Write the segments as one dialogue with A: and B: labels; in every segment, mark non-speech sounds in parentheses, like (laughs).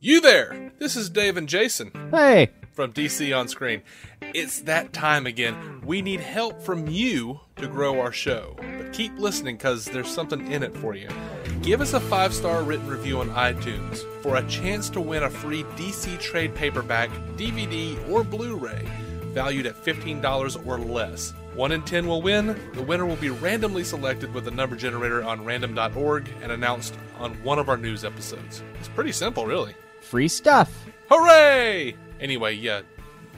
A: You there! This is Dave and Jason
B: Hey,
A: from DC on Screen. It's that time again. We need help from you to grow our show. But keep listening because there's something in it for you. Give us a five star written review on iTunes for a chance to win a free DC trade paperback, DVD, or Blu ray valued at $15 or less. One in 10 will win. The winner will be randomly selected with a number generator on random.org and announced on one of our news episodes. It's pretty simple, really.
B: free stuff.
A: Hooray! Anyway, yeah,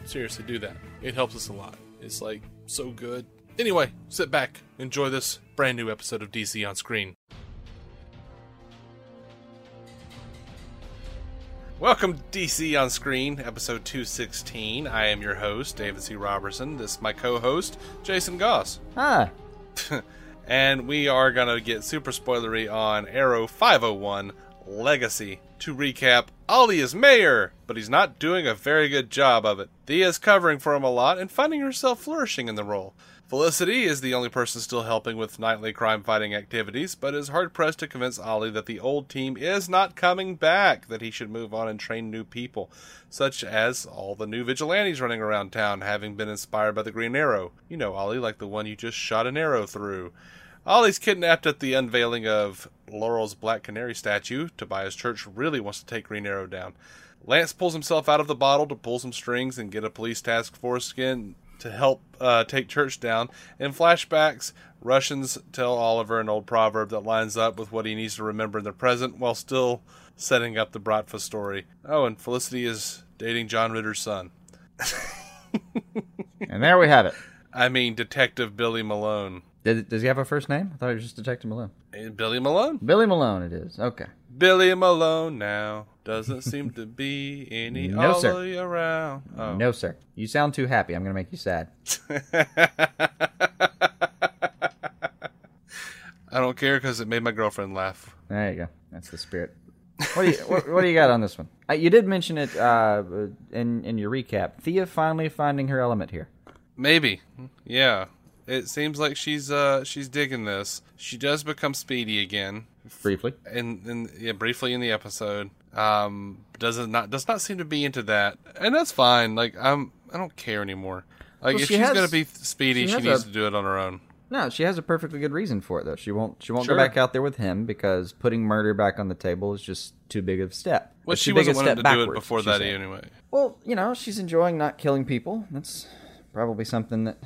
A: seriously, do that. It helps us a lot. It's like so good. Anyway, sit back, enjoy this brand new episode of DC on Screen. Welcome to DC on Screen, episode 216. I am your host, David C. Robertson. This is my co host, Jason Goss.
B: Huh.
A: and we are going to get super spoilery on Arrow 501 Legacy. To recap, Ollie is mayor, but he's not doing a very good job of it. Thea is covering for him a lot and finding herself flourishing in the role. Felicity is the only person still helping with nightly crime fighting activities, but is hard pressed to convince Ollie that the old team is not coming back, that he should move on and train new people, such as all the new vigilantes running around town having been inspired by the Green Arrow. You know, Ollie, like the one you just shot an arrow through. Ollie's kidnapped at the unveiling of Laurel's Black Canary statue. Tobias Church really wants to take Green Arrow down. Lance pulls himself out of the bottle to pull some strings and get a police task force again to help uh, take Church down. In flashbacks, Russians tell Oliver an old proverb that lines up with what he needs to remember in the present while still setting up the Bratva story. Oh, and Felicity is dating John Ritter's son.
B: and there we have it.
A: I mean, Detective Billy Malone.
B: Does, does he have a first name? I thought he was just Detective Malone.
A: Eh, Billy Malone?
B: Billy Malone, it is. Okay.
A: Billy Malone now doesn't seem to be any
B: (laughs) No,
A: Ollie
B: sir.
A: around. Oh.
B: No, sir. You sound too happy. I'm going to make you sad.
A: I don't care because it made my girlfriend laugh.
B: There you go. That's the spirit. What do you, what, what do you got on this one? Uh, you did mention it uh, in in your recap. Thea finally finding her element here.
A: Maybe, yeah. It seems like she's uh she's digging this. She does become speedy again,
B: Briefly.
A: in, in yeah, briefly in the episode. Um, does it not does not seem to be into that, and that's fine. Like I'm, I don't care anymore. Like
B: Well,
A: if
B: she
A: she's
B: has-
A: gonna be speedy,
B: she
A: she,
B: has
A: needs
B: a-
A: to do it on her own.
B: No, she has a perfectly good reason for it though. She won't she won't
A: Sure.
B: go back out there with him because putting murder back on the table is just too big of a step.
A: Well,
B: It's
A: she
B: too big
A: wasn't
B: a
A: wanting
B: step
A: to do it
B: backwards,
A: before
B: she
A: that
B: said.
A: anyway. (laughs)
B: Well, you know, she's enjoying not killing people. That's probably something that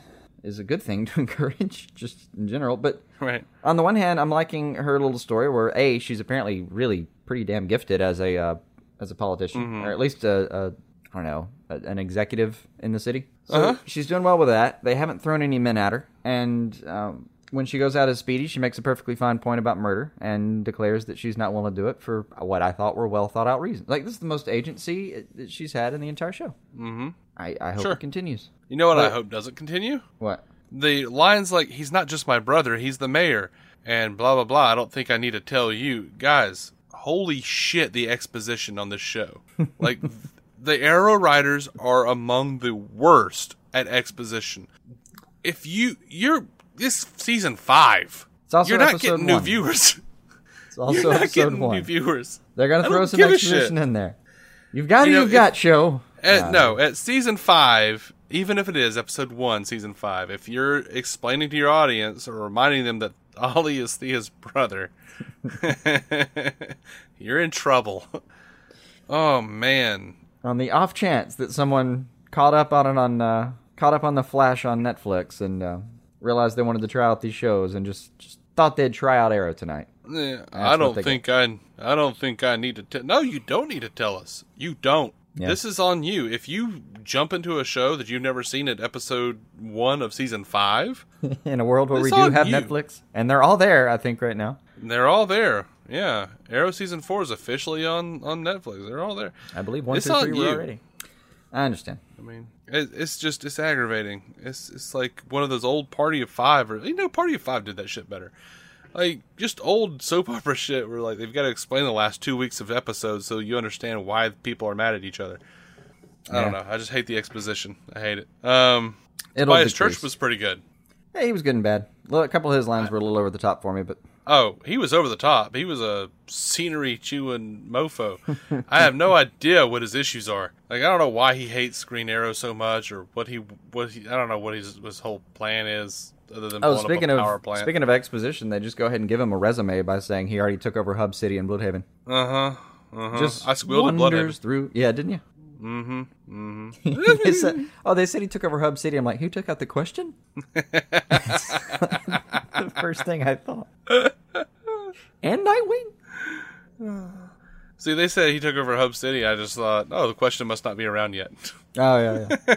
B: is a good thing to (laughs) encourage, just in general. But
A: Right.
B: on the one hand, I'm liking her little story where a she's apparently really pretty damn gifted as a uh, as a politician,
A: Mm-hmm.
B: or at least a, a I don't know a, an executive in the city. So
A: Uh-huh.
B: she's doing well with that. They haven't thrown any men at her, and um, when she goes out as Speedy, she makes a perfectly fine point about murder and declares that she's not willing to do it for what I thought were well thought out reasons. Like this is the most agency uh, that she's had in the entire show. Mm-hmm. I, I hope
A: Sure.
B: it continues.
A: You know what I
B: But-
A: hope doesn't continue?
B: What?
A: The lines like, he's not just my brother, he's the mayor, and blah, blah, blah. I don't think I need to tell you. Guys, holy shit, the exposition on this
B: (laughs)
A: show. Like, the Arrow Riders are among the worst at exposition. If you, you're, this season five.
B: It's also
A: you're not
B: episode
A: getting new
B: one.
A: viewers. (laughs)
B: It's also
A: you're not
B: episode
A: getting
B: one.
A: new viewers.
B: They're gonna
A: I
B: throw
A: don't
B: some
A: give a shit.
B: exposition in there. You've got
A: You
B: you
A: know,
B: you've
A: if-
B: got show.
A: At, no, at season five, even if it is episode one, season five, if you're explaining to your audience or reminding them that Ollie is Thea's brother, (laughs) you're in trouble. Oh man,
B: On the off chance that someone caught up on it on uh, caught up on the Flash on Netflix and uh, realized they wanted to try out these shows and just, just thought they'd try out Arrow tonight. (laughs)
A: Eh, I
B: what
A: don't
B: they
A: think I. I don't think I need to. tell no, you don't need to tell us. You don't.
B: Yeah.
A: This is on you. If you jump into a show that you've never seen at episode one of season five,
B: In a world where
A: It's
B: we do
A: on
B: have
A: you.
B: Netflix and they're all there, I think right now.
A: They're all there. Yeah, Arrow season four is officially on on Netflix. They're all there.
B: I believe one
A: It's
B: through
A: on
B: three
A: you.
B: were already. I understand.
A: I mean, it, it's just it's aggravating. It's it's like one of those old Party of Five, or you know, Party of Five did that shit better. Like just old soap (laughs) opera shit, where like they've got to explain the last two weeks of episodes so you understand why people are mad at each other. I don't
B: Yeah.
A: know. I just hate the exposition. I hate it. Um,
B: It'll
A: Bias
B: decrease.
A: Church was pretty good.
B: Yeah, he was good and bad. Well, A couple of his lines were a little over the top for me, but
A: Oh, he was over the top. He was a scenery chewing
B: (laughs)
A: mofo. I have no idea what his issues are. Like I don't know why he hates Green Arrow so much, or what he what he, I don't know what his his whole plan is other than
B: Oh,
A: blowing
B: speaking
A: up a power
B: of
A: plant.
B: speaking of exposition, they just go ahead and give him a resume by saying he already took over Hub City and Bloodhaven.
A: uh huh. Uh huh.
B: Just
A: I squealed a blood.
B: wanders through. Yeah, didn't you?
A: Mm-hmm. Mm-hmm.
B: (laughs) They said- oh, they said he took over Hub City. I'm like, who took out the question? (laughs) the first thing I thought. And Nightwing.
A: See, they said he took over Hub City. I just thought, oh, the question must not be around yet. (laughs)
B: Oh yeah, yeah.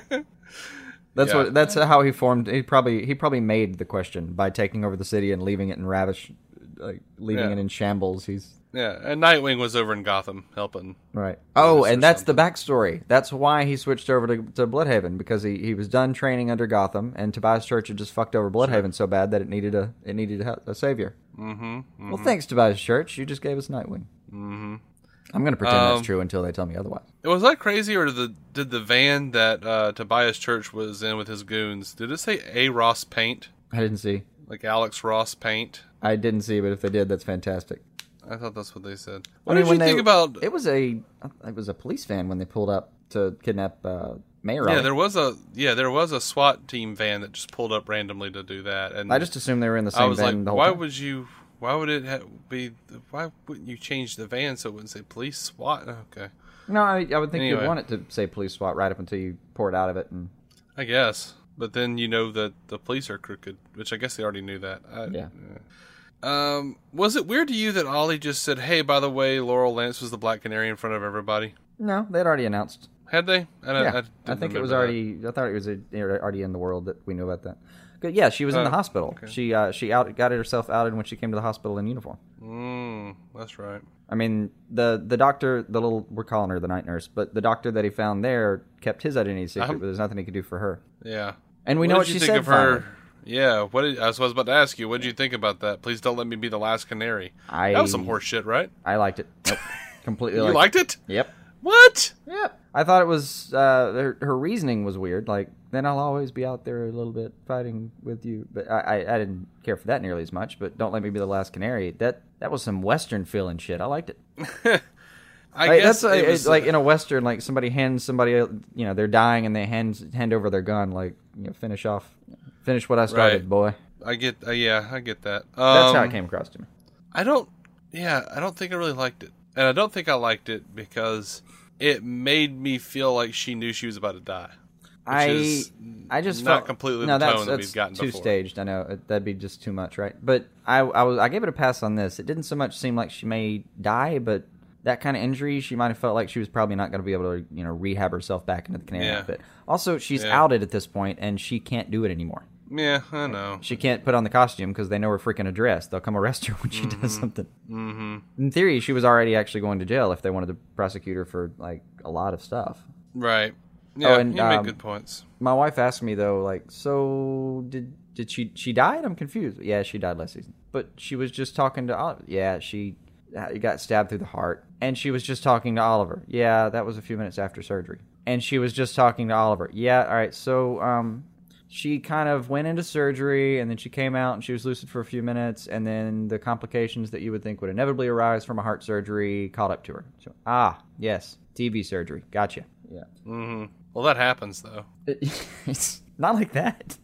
B: That's
A: Yeah.
B: what. (laughs) That's how he formed. He probably he probably made the question by taking over the city and leaving it in ravish, like leaving
A: Yeah.
B: it in shambles. He's
A: yeah, and Nightwing was over in Gotham helping.
B: Right. Oh,
A: Yes, or
B: and that's the backstory. That's why he switched over to, to Bloodhaven because he, he was done training under Gotham, and Tobias Church had just fucked over Bloodhaven so bad that it needed a it needed a, a savior. Mm-hmm, Well, thanks, Tobias Church. You just gave us Nightwing. Mm-hmm. I'm going to pretend
A: Um,
B: that's true until they tell me otherwise.
A: Was that crazy, or did the did the van that uh, Tobias Church was in with his goons? Did it say A Ross Paint,
B: I didn't see.
A: like Alex Ross Paint?
B: I didn't see, but if they did, that's fantastic.
A: I thought that's what they said. What did
B: I mean,
A: you
B: when
A: think
B: they-
A: about?
B: It was a it was a police van when they pulled up to kidnap uh, Mayor.
A: yeah,
B: Ollie.
A: there was a yeah, there was a SWAT team van that just pulled up randomly to do that, and
B: I just assumed they were in the same
A: I was
B: van
A: like,
B: the whole
A: why
B: time.
A: would you? Why would it ha- be? Why wouldn't you change the van so it wouldn't say police SWAT? Oh, Okay,
B: No, I, I would think
A: Anyway.
B: you'd want it to say police SWAT right up until you pour it out of it and
A: I guess. But then you know that the police are crooked, which I guess they already knew that. I,
B: Yeah.
A: Um, was it weird to you that Ollie just said, "Hey, by the way, Laurel Lance was the Black Canary" in front of everybody?
B: No, they'd already announced.
A: Had they? I, don't-
B: yeah,
A: didn't
B: I, think it was
A: remember that.
B: already. I thought it was uh, already in the world that we knew about that. But yeah, she was
A: Oh,
B: in the hospital. She uh, she out got herself outed when she came to the hospital in uniform.
A: Mm, that's right.
B: I mean, the the doctor, the little we're calling her the night nurse, but the doctor that he found there kept his identity secret.
A: I'm-
B: But there's nothing he could do for her.
A: Yeah.
B: And we
A: Um, What
B: know
A: did
B: what
A: you
B: she
A: think
B: said.
A: of her?
B: finally.
A: Yeah. What did, I was I was about to ask you. What did you think about that? Please don't let me be the last canary.
B: I
A: That was some horse shit, right?
B: I liked it.
A: (laughs)
B: Nope. Completely.
A: You
B: liked
A: liked it?
B: it. Yep.
A: What?
B: Yep. I thought it was uh, her, her reasoning was weird. Like, then I'll always be out there a little bit fighting with you. But I, I, I didn't care for that nearly as much. But don't let me be the last canary. That that was some Western feeling shit. I liked it.
A: I
B: Like,
A: guess
B: that's like,
A: it
B: it's
A: was, uh,
B: like in a Western, like somebody hands somebody, you know, they're dying and they hand hand over their gun, like you know, finish off, finish what I started,
A: Right.
B: boy.
A: I get. Uh, yeah, I get that. Um,
B: That's how it came across to me.
A: I don't. Yeah, I don't think I really liked it, and I don't think I liked it because it made me feel like she knew she was about to die.
B: I
A: is
B: I just
A: not
B: felt,
A: completely
B: no,
A: the
B: that's,
A: tone that
B: that's
A: we've gotten
B: too
A: before.
B: staged. I know It- that'd be just too much, right? But I I, was, I gave it a pass on this. It didn't so much seem like she may die, but that kind of injury, she might have felt like she was probably not going to be able to you know rehab herself back into the canary
A: Yeah.
B: outfit. Also, she's
A: Yeah.
B: outed at this point, and she can't do it anymore.
A: Yeah, I know.
B: She can't put on the costume because they know her freaking address. They'll come arrest her (laughs) when she does something. Mm-hmm. In theory, she was already actually going to jail if they wanted to prosecute her for like a lot of stuff.
A: Right. Yeah,
B: and,
A: you make
B: um,
A: good points.
B: My wife asked me though, like, so did did she she died? I'm confused. Yeah, she died last season, but she was just talking to Oliver. Yeah, she uh, got stabbed through the heart, and she was just talking to Oliver. Yeah, that was a few minutes after surgery, and she was just talking to Oliver. Yeah, all right, so um. She kind of went into surgery and then she came out and she was lucid for a few minutes. And then the complications that you would think would inevitably arise from a heart surgery caught up to her. So, ah, yes, TB surgery. Gotcha. Yeah.
A: Well, that happens though.
B: (laughs) It- it's not like that.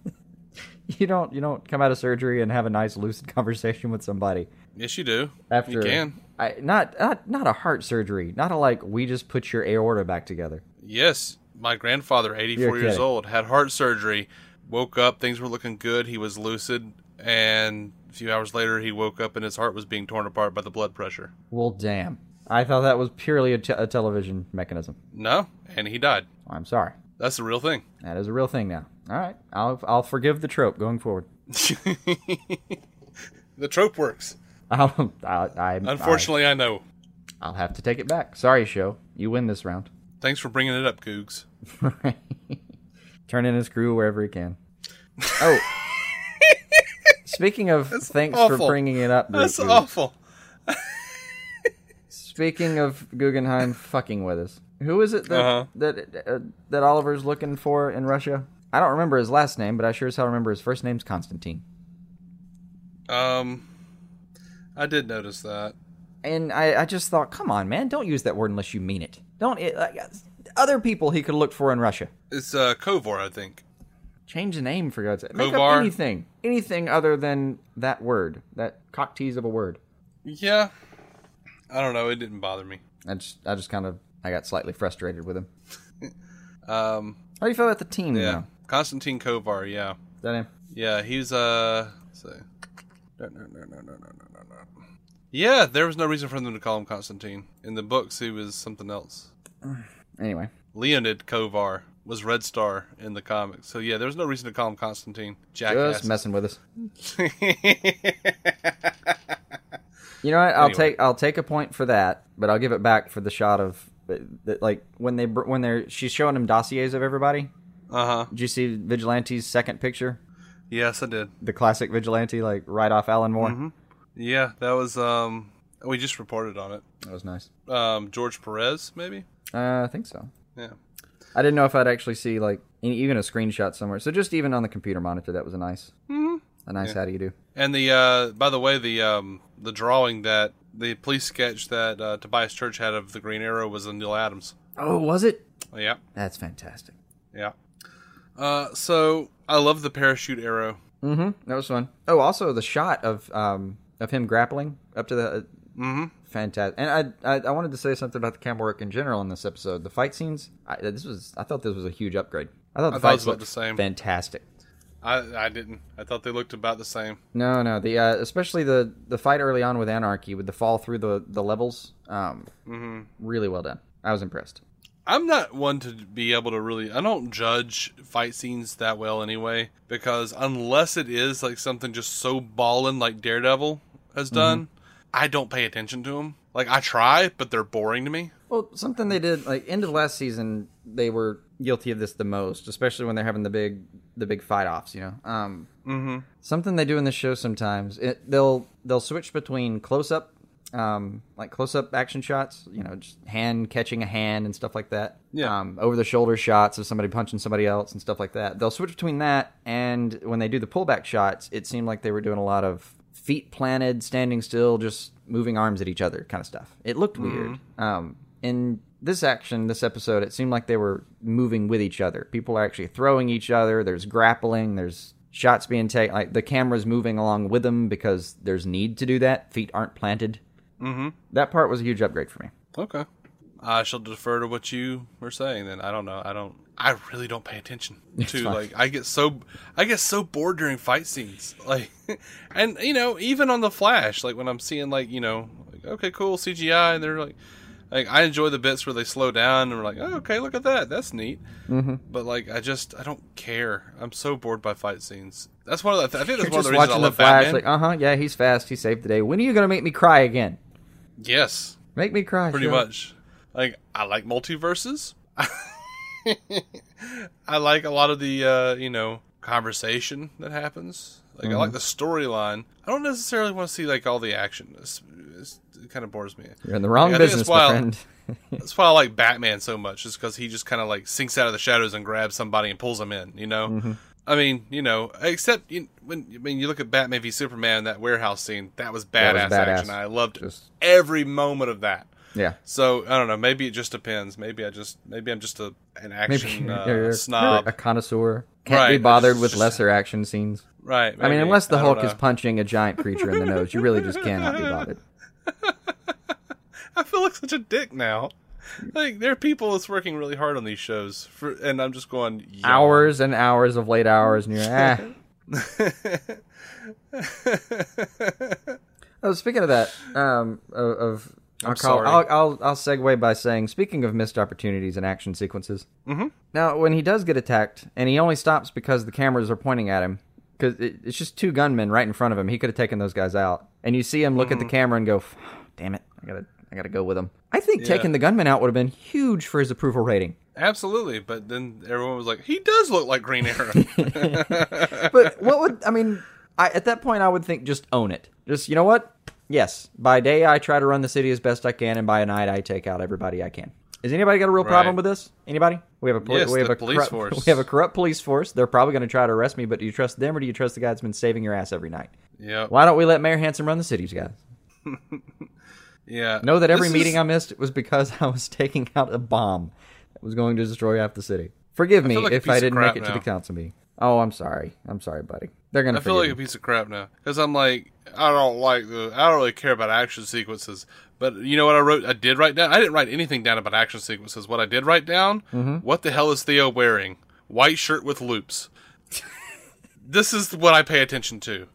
B: You don't you don't come out of surgery and have a nice lucid conversation with somebody
A: Yes, you do.
B: after
A: you can.
B: I, not not not a heart surgery, not a like we just put your aorta back together.
A: Yes, my grandfather, 84
B: You're
A: years
B: kidding.
A: old, had heart surgery. Woke up, things were looking good. He was lucid, and a few hours later, he woke up and his heart was being torn apart by the blood pressure.
B: Well, damn. I thought that was purely a, te- a television mechanism.
A: No, and he died.
B: I'm sorry.
A: That's the real thing. (laughs)
B: That is a real thing now. All right, I'll I'll forgive the trope going forward. (laughs)
A: The trope works.
B: I'll I'll, I,
A: Unfortunately, I know.
B: I, will have to take it back. Sorry, show. You win this round.
A: Thanks for bringing it up, Googs.
B: Turn in his crew wherever
A: (laughs)
B: he can. Oh. Speaking of thanks
A: awful.
B: for bringing it up.
A: That's
B: Ruku.
A: awful.
B: Speaking of Guggenheim fucking with us. Who is it that
A: Uh-huh.
B: that uh, that Oliver's looking for in Russia? I don't remember his last name, but I sure as hell remember his first name's Constantine.
A: Um, I did notice that.
B: and I, I just thought, come on, man, don't use that word unless you mean it. Don't. It, like, other people he could look for in Russia.
A: It's uh, Kovor, I think.
B: Change the name for God's sake. Make
A: Kovar.
B: up anything, anything other than that word, that cock tease of a word.
A: Yeah. I don't know. It didn't bother me.
B: I just, I just kind of, I got slightly frustrated with him.
A: Um,
B: How do you feel about the team
A: yeah.
B: now?
A: Konstantin Kovar, yeah.
B: Is that him?
A: Yeah, he's uh. So. No, no, no, no, no, no, no, no. Yeah, there was no reason for them to call him Constantine. In the books, he was something else.
B: Anyway,
A: Leonid Kovar was Red Star in the comics. So yeah, there was no reason to call him Constantine.
B: just
A: Jackass.
B: messing with us.
A: (laughs)
B: You know what? I'll
A: Anyway.
B: take I'll take a point for that, but I'll give it back for the shot of uh, that, like when they br- when they're she's showing him dossiers of everybody.
A: uh huh.
B: Did you see Vigilante's second picture?
A: Yes, I did.
B: The classic Vigilante, like right off Alan Moore.
A: Mm-hmm. Yeah, that was um. We just reported on it.
B: That was nice.
A: Um, George Perez, maybe.
B: Uh, I think so.
A: Yeah.
B: I didn't know if I'd actually see like any, even a screenshot somewhere. So just even on the computer monitor, that was a nice,
A: Mm-hmm.
B: a nice how do you do?
A: And the uh, by the way, the um, the drawing that the police sketch that uh, Tobias Church had of the Green Arrow was a Neil Adams.
B: Oh, was it?
A: Yeah,
B: That's fantastic.
A: yeah. Uh, so I love the parachute arrow.
B: Mm-hmm. That was fun. Oh, also the shot of um of him grappling up to the. Uh,
A: Mm-hmm.
B: Fantastic. And I, I I wanted to say something about the camera work in general in this episode. The fight scenes. I, this was I thought this was a huge upgrade. I thought the
A: I thought it was
B: fights
A: about
B: looked
A: the same.
B: fantastic.
A: I I didn't. I thought they looked about the same.
B: No, no. The uh, especially the the fight early on with Anarchy with the fall through the the levels. Um,
A: Mm-hmm.
B: really well done. I was impressed.
A: I'm not one to be able to really. I don't judge fight scenes that well anyway, because unless it is like something just so ballin' like Daredevil has done, I don't pay attention to them. Like I try, but they're boring to me.
B: Well, something they did like end of last season, they were guilty of this the most, especially when they're having the big the big fight offs. You know, um, something they do in the show sometimes it, they'll they'll switch between close up, um, like close up action shots. You know, just hand catching a hand and stuff like that.
A: Yeah.
B: Um, over the shoulder shots of somebody punching somebody else and stuff like that. They'll switch between that and when they do the pullback shots, it seemed like they were doing a lot of feet planted, standing still, just moving arms at each other kind of stuff. It looked weird. Um, in this action, this episode, it seemed like they were moving with each other. People are actually throwing each other. There's grappling. There's shots being taken. Like the camera's moving along with them because there's need to do that. Feet aren't planted. Mm-hmm. That part was a huge upgrade for me.
A: Okay. I shall defer to what you were saying then. I don't know. I don't I really don't pay
B: (laughs)
A: attention to
B: fine.
A: like I get so I get so bored during fight scenes. (laughs) Like and you know, even on the Flash, like when I'm seeing like, you know, like okay, cool CGI and they're like like I enjoy the bits where they slow down and we're like, oh, okay, look at that, that's neat.
B: Mm-hmm.
A: But like, I just I don't care. I'm so bored by fight scenes. That's one of the. I think that's
B: You're
A: one of
B: just
A: the reasons I
B: watching the
A: love
B: flash,
A: Batman.
B: like, uh huh, yeah, he's fast, he saved the day. When are you gonna make me cry again?
A: yes,
B: Make me cry.
A: pretty
B: Joe.
A: much. Like I like multiverses. (laughs) I like a lot of the uh, you know conversation that happens. Like I
B: Mm-hmm.
A: like the storyline. I don't necessarily want to see like all the action. It's, it's, it kind of bores me.
B: You're in the wrong
A: Yeah, I think
B: business,
A: it's
B: my
A: wild.
B: friend.
A: That's why I like Batman so much, is because he just kind of like sinks out of the shadows and grabs somebody and pulls them in. You know.
B: Mm-hmm.
A: I mean, you know, except you, when I mean, you look at Batman v Superman, that warehouse scene, that was badass,
B: was badass.
A: action. I loved
B: Just-
A: every moment of that.
B: Yeah.
A: So I don't know. Maybe it just depends. Maybe I just maybe I'm just a an
B: Maybe
A: action
B: (laughs) you're-
A: uh,
B: you're
A: snob,
B: a connoisseur. Can't
A: Right, I
B: be
A: just-
B: bothered with
A: just-
B: lesser action scenes.
A: right?
B: I mean,
A: maybe.
B: unless the
A: I don't
B: Hulk is
A: know.
B: punching a giant creature in the nose, you really just cannot be bothered.
A: I feel like such a dick now. Like there are people that's working really hard on these shows, for, and I'm just going yeah.
B: Hours and hours of late hours, and you're ah. oh, speaking of that, um, of, of I'll, call,
A: sorry.
B: I'll I'll I'll segue by saying, speaking of missed opportunities and action sequences. Mm-hmm. Now, when he does get attacked, and he only stops because the cameras are pointing at him, because it, it's just two gunmen right in front of him. He could have taken those guys out, and you see him look at the camera and go, "Damn it, I gotta I gotta go with him." I think taking the gunman out would have been huge for his approval rating.
A: absolutely. But then everyone was like, "He does look like Green
B: (laughs)
A: Arrow." (laughs)
B: but what would I mean? I at that point I would think just own it. Just you know what? Yes. By day I try to run the city as best I can, and by night I take out everybody I can. Has anybody got a real problem with this? Anybody? We have a poli-
A: Yes,
B: we have
A: the
B: a
A: police
B: corrupt,
A: force.
B: (laughs) We have a corrupt police force. They're probably going to try to arrest me, but do you trust them or do you trust the guy that's been saving your ass every night?
A: yeah.
B: Why don't we let Mayor Hanson run the cities, guys?
A: yeah.
B: Know that every
A: This is-
B: meeting I missed was because (laughs) I was taking out a bomb that was going to destroy half the city. Forgive me
A: feel like a
B: if
A: piece
B: I
A: of
B: didn't make
A: crap
B: it to the
A: now.
B: council meeting. Oh, I'm sorry. I'm sorry, buddy. They're gonna
A: I feel
B: forgive
A: like a
B: me.
A: piece of crap now because I'm like I don't like the I don't really care about action sequences. But you know what I wrote? I did write down. I didn't write anything down about action sequences. What I did write down: what the hell is Theo wearing? White shirt with (laughs) loops. this is what I pay attention to.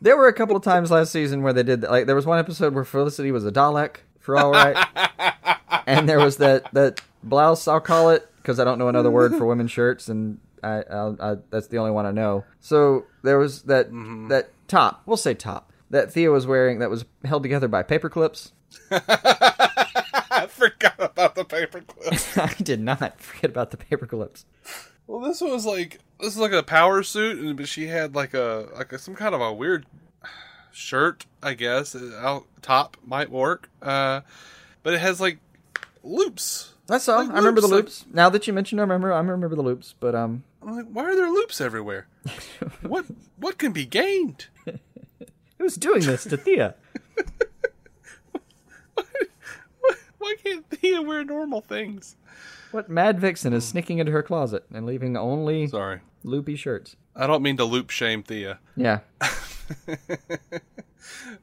B: There were a couple of times last season where they did that. Like there was one episode where Felicity was a Dalek for all (laughs) right, and there was that that blouse I'll call it because I don't know another word for women's shirts, and I, I, I that's the only one I know. So there was that that top. We'll say top that Thea was wearing that was held together by paper clips. (laughs)
A: I forgot about the paperclip.
B: I did not forget about the paper clips.
A: (laughs) well, this one was like this is like a power suit, and but she had like a like a, some kind of a weird shirt, I guess. Out top might work, uh, but it has like loops.
B: That's all.
A: Like
B: I remember the
A: loops,
B: loops. Now that you mentioned, I remember. I remember the loops, but um,
A: I'm like, why are there loops
B: (laughs)
A: everywhere? what what can be gained?
B: who's doing this to (laughs) Thea?
A: Why can't Thea wear normal things?
B: What mad vixen is sneaking into her closet and leaving only
A: Sorry,
B: loopy shirts?
A: I don't mean to loop shame Thea.
B: Yeah.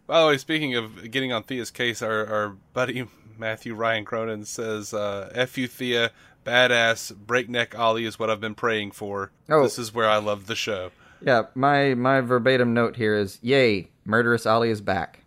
A: By the way, speaking of getting on Thea's case, our, our buddy Matthew Ryan Cronin says, uh, F you, Thea, badass, breakneck Ollie is what I've been praying for.
B: Oh.
A: This is where I love the show.
B: Yeah, my my verbatim note here is yay, murderous Ali is back.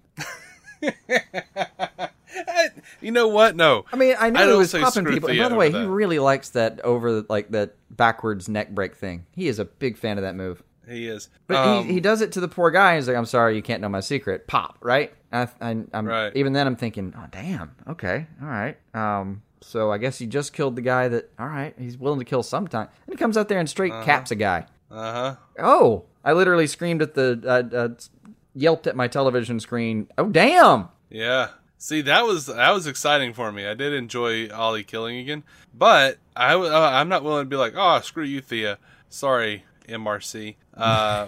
A: Eh, you know what? No.
B: I mean, I
A: I
B: know
A: don't
B: he was
A: say
B: popping
A: screw
B: people. And
A: Thea
B: by the way,
A: over
B: he
A: that.
B: really likes that over like that backwards neck break thing. He is a big fan of that move.
A: he is.
B: But
A: Um,
B: he, he does it to the poor guy. He's like, "I'm sorry, you can't know my secret." Pop, right? I, I, I'm
A: Right.
B: even then. I'm thinking, "Oh, damn. Okay, all right." Um, so I guess he just killed the guy that. All right, he's willing to kill sometime. And he comes out there and straight caps a guy.
A: Uh-huh.
B: Oh, I literally screamed at the, uh, uh, yelped at my television screen. Oh, damn! (laughs)
A: Yeah. See, that was that was exciting for me. I did enjoy Ollie killing again, but I w- uh, I'm not willing to be like, oh, screw you, Thea. Sorry,
B: (laughs)
A: MRC. Uh,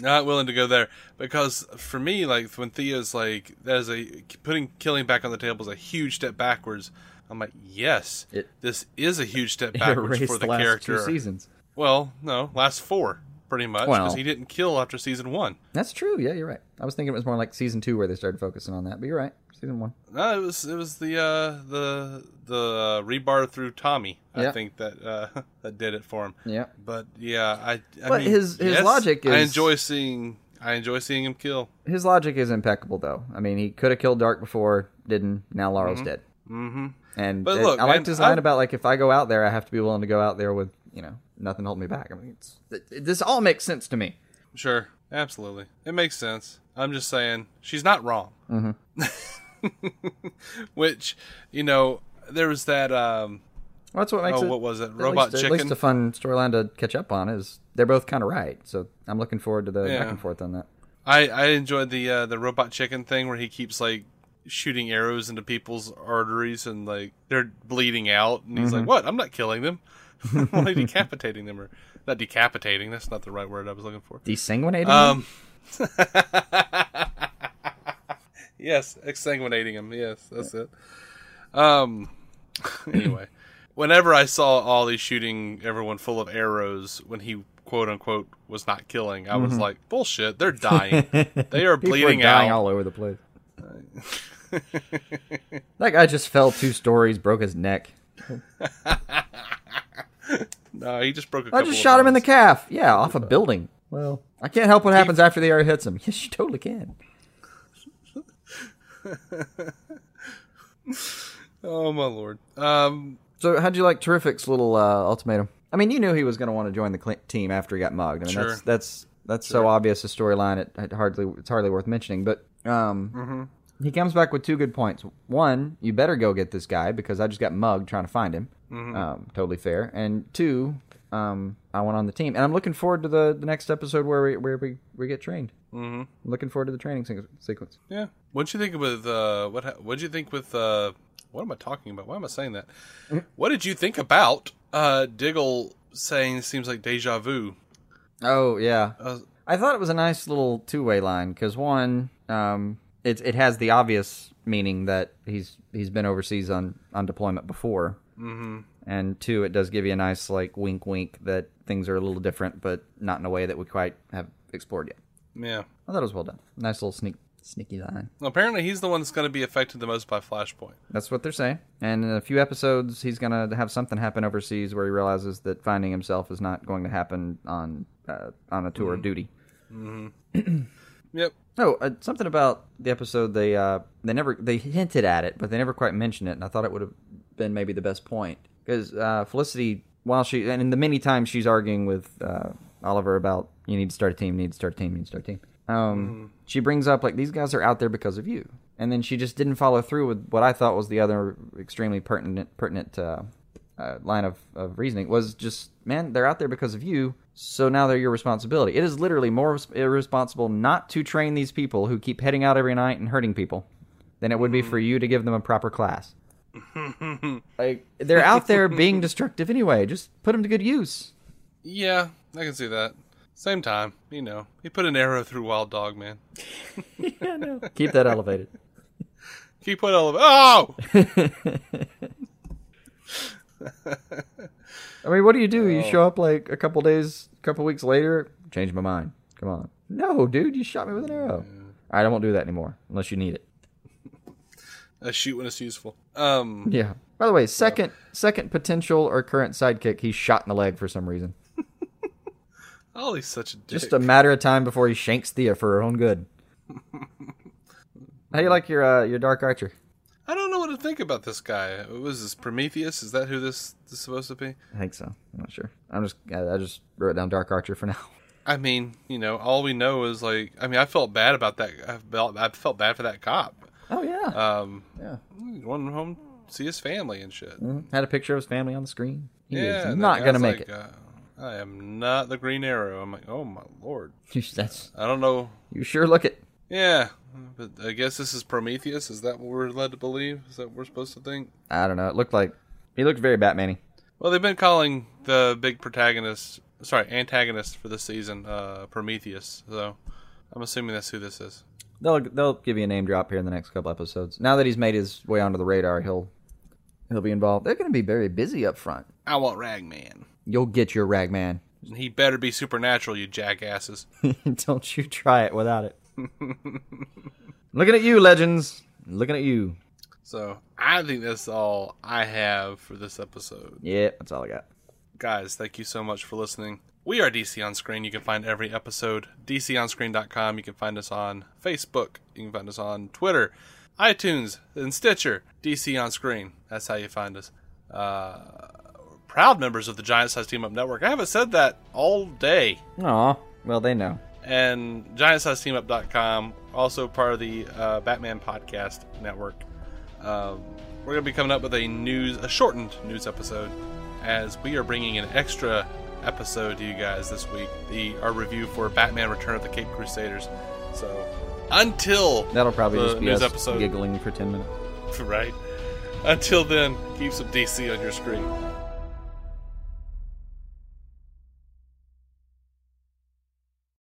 A: not willing to go there because for me, like when Thea's like, there's a putting killing back on the table is a huge step backwards. I'm like, yes,
B: It-
A: this is a huge
B: (laughs)
A: step backwards
B: Erased
A: for the,
B: last
A: character.
B: two seasons.
A: Well, no, last four pretty much because
B: Well.
A: he didn't kill after season one.
B: That's true. Yeah, you're right. I was thinking it was more like season two where they started focusing on that, but you're right. Season one.
A: No, it was it was the uh, the the uh, rebar through Tommy. I
B: Yeah.
A: think that uh, (laughs) that did it for him.
B: Yeah.
A: But yeah, I. I
B: But
A: mean,
B: his- his
A: yes,
B: logic
A: I
B: is-
A: enjoy seeing. I enjoy seeing him kill.
B: His logic is impeccable, though. I mean, he could have killed Dark before, didn't. Now Laurel's dead. Mm-hmm. And
A: But
B: it-
A: look,
B: I
A: man,
B: liked his
A: I-
B: line about like if I go out there, I have to be willing to go out there with you know nothing holding me back. I mean, it's, th- this all makes sense to me.
A: Sure, absolutely, it makes sense. I'm just saying she's not wrong.
B: Mm-hmm.
A: (laughs) Which you know, there was that. Um,
B: Well, that's what makes
A: oh,
B: it.
A: what was it?
B: at
A: Robot
B: least, At
A: Chicken.
B: least a fun storyline to catch up on is they're both kind of right. So I'm looking forward to the
A: Yeah.
B: back and forth on that.
A: I I enjoyed the uh, the robot chicken thing where he keeps like shooting arrows into people's arteries and like they're bleeding out and he's like,
B: Mm-hmm.
A: "What? I'm not killing
B: (laughs)
A: them. (laughs) I'm only decapitating them or not decapitating. That's not the right word I was looking for."
B: Desanguinating.
A: Um. yes, exsanguinating him. Yes, that's it. Um. (laughs) Anyway, whenever I saw Ollie shooting everyone full of arrows when he quote unquote was not killing, I was like, bullshit. They're dying.
B: (laughs)
A: they are
B: Mm-hmm. People
A: bleeding
B: are dying
A: out.
B: all over the place.
A: (laughs)
B: that guy just fell two stories, broke his neck.
A: No, he just broke a.
B: I
A: couple
B: just
A: of
B: shot him in the
A: bones.
B: calf. Yeah, off a building. Well, I can't help what happens after the arrow hits him. (laughs) Yes, you totally can.
A: Oh my lord. Um.
B: So, how'd you like Terrific's little uh, ultimatum? I mean, you knew he was going to want to join the cl- team after he got mugged. I mean, that's
A: Sure.
B: that's that's so obvious a storyline. It, it hardly it's hardly worth mentioning. But um, he comes back with two good points. One, you better go get this guy because I just got mugged trying to find him. Um, totally fair. And two, um, I went on the team, and I'm looking forward to the, the next episode where we where we, we get trained. Mm-hmm. looking forward to the training se- sequence.
A: Yeah. What'd you think with uh? What? ha- What'd you think with uh? What am I talking about? Why am I saying that?
B: Mm-hmm.
A: What did you think about uh? Diggle saying seems like deja vu.
B: Oh yeah,
A: Uh,
B: I thought it was a nice little two way line because one, um, It it has the obvious meaning that he's he's been overseas on on deployment before. Mm-hmm. And two, it does give you a nice like wink, wink that things are a little different, but not in a way that we quite have explored yet.
A: Yeah.
B: I thought it was well done. Nice little sneak sneaky line.
A: Well, apparently, he's the one that's going to be affected the most by Flashpoint.
B: That's what they're saying. And in a few episodes, he's going to have something happen overseas where he realizes that finding himself is not going to happen on uh, on a tour of duty.
A: Yep.
B: Oh, uh, something about the episode they uh, they never they hinted at it, but they never quite mentioned it, and I thought it would have been maybe the best point because uh, Felicity, while she and in the many times she's arguing with uh, Oliver about you need to start a team, need to start a team, need to start a team, um, she brings up like these guys are out there because of you, and then she just didn't follow through with what I thought was the other extremely pertinent pertinent uh, uh, line of, of reasoning was just, man, they're out there because of you, so now they're your responsibility. It is literally more res- irresponsible not to train these people who keep heading out every night and hurting people than it would be for you to give them a proper class. like they're out there being destructive anyway. Just put them to good use.
A: Yeah, I can see that. Same time, you know, he put an arrow through Wild Dog, man.
B: Keep that elevated.
A: Keep it all of
B: (laughs)
A: Oh!
B: I mean, what do you do? You show up like a couple days, a couple weeks later, change my mind. Come on. No, dude, you shot me with an arrow. All right, I won't do that anymore unless you need it.
A: I shoot when it's useful. Um,
B: Yeah. By the way, second second potential or current sidekick, he's shot in the leg for some reason.
A: Ollie's oh, such a dick.
B: Just a matter of time before he shanks Thea for her own (laughs) good. How you like your uh, your dark archer?
A: I don't know what to think about this guy. What was this Prometheus? Is that who this, this is supposed to be?
B: I think so. I'm not sure. I'm just I, I just wrote down dark archer for (laughs) now.
A: I mean, you know, all we know is like, I mean, I felt bad about that. I felt, I felt bad for that cop.
B: Oh yeah.
A: Um,
B: Yeah. Mm-hmm.
A: he went home to see his family and shit.
B: Had a picture of his family on the screen. He
A: yeah,
B: is
A: and
B: not
A: that
B: gonna
A: guy's
B: make it.
A: like, Uh, I am not the Green Arrow. I'm like, oh my lord.
B: (laughs) That's
A: I don't know.
B: you sure look it.
A: Yeah, but I guess this is Prometheus. Is that what we're led to believe? Is that what we're supposed to think?
B: I don't know. It looked like he looked very Batman-y.
A: Well, they've been calling the big protagonist, sorry, antagonist for this season, uh, Prometheus. So I'm assuming that's who this is.
B: They'll they'll give you a name drop here in the next couple episodes. Now that he's made his way onto the radar, he'll he'll be involved. They're going to be very busy up front.
A: I want Ragman.
B: You'll get your ragman.
A: And He better be supernatural, you jackasses.
B: (laughs) Don't you try it
A: (laughs)
B: without it. Looking at you, legends. Looking at you.
A: So I think that's all I have for this episode.
B: Yeah, that's all I got.
A: Guys, thank you so much for listening. We are DC On Screen. You can find every episode, dconscreen.com. You can find us on Facebook. You can find us on Twitter, iTunes, and Stitcher. DC On Screen. That's how you find us. Uh, we're proud members of the Giant Size Team Up Network. I haven't said that all day.
B: Aw, well they know.
A: And giantsizeteamup.com, also part of the uh, Batman Podcast Network. Um, we're going to be coming up with a news, a shortened news episode, as we are bringing an extra episode to you guys this week. The our review for Batman: Return of the Cape Crusaders. So until
B: That'll probably
A: the
B: just be
A: news
B: us
A: episode,
B: giggling for ten minutes.
A: right? Until then, keep some DC on your screen.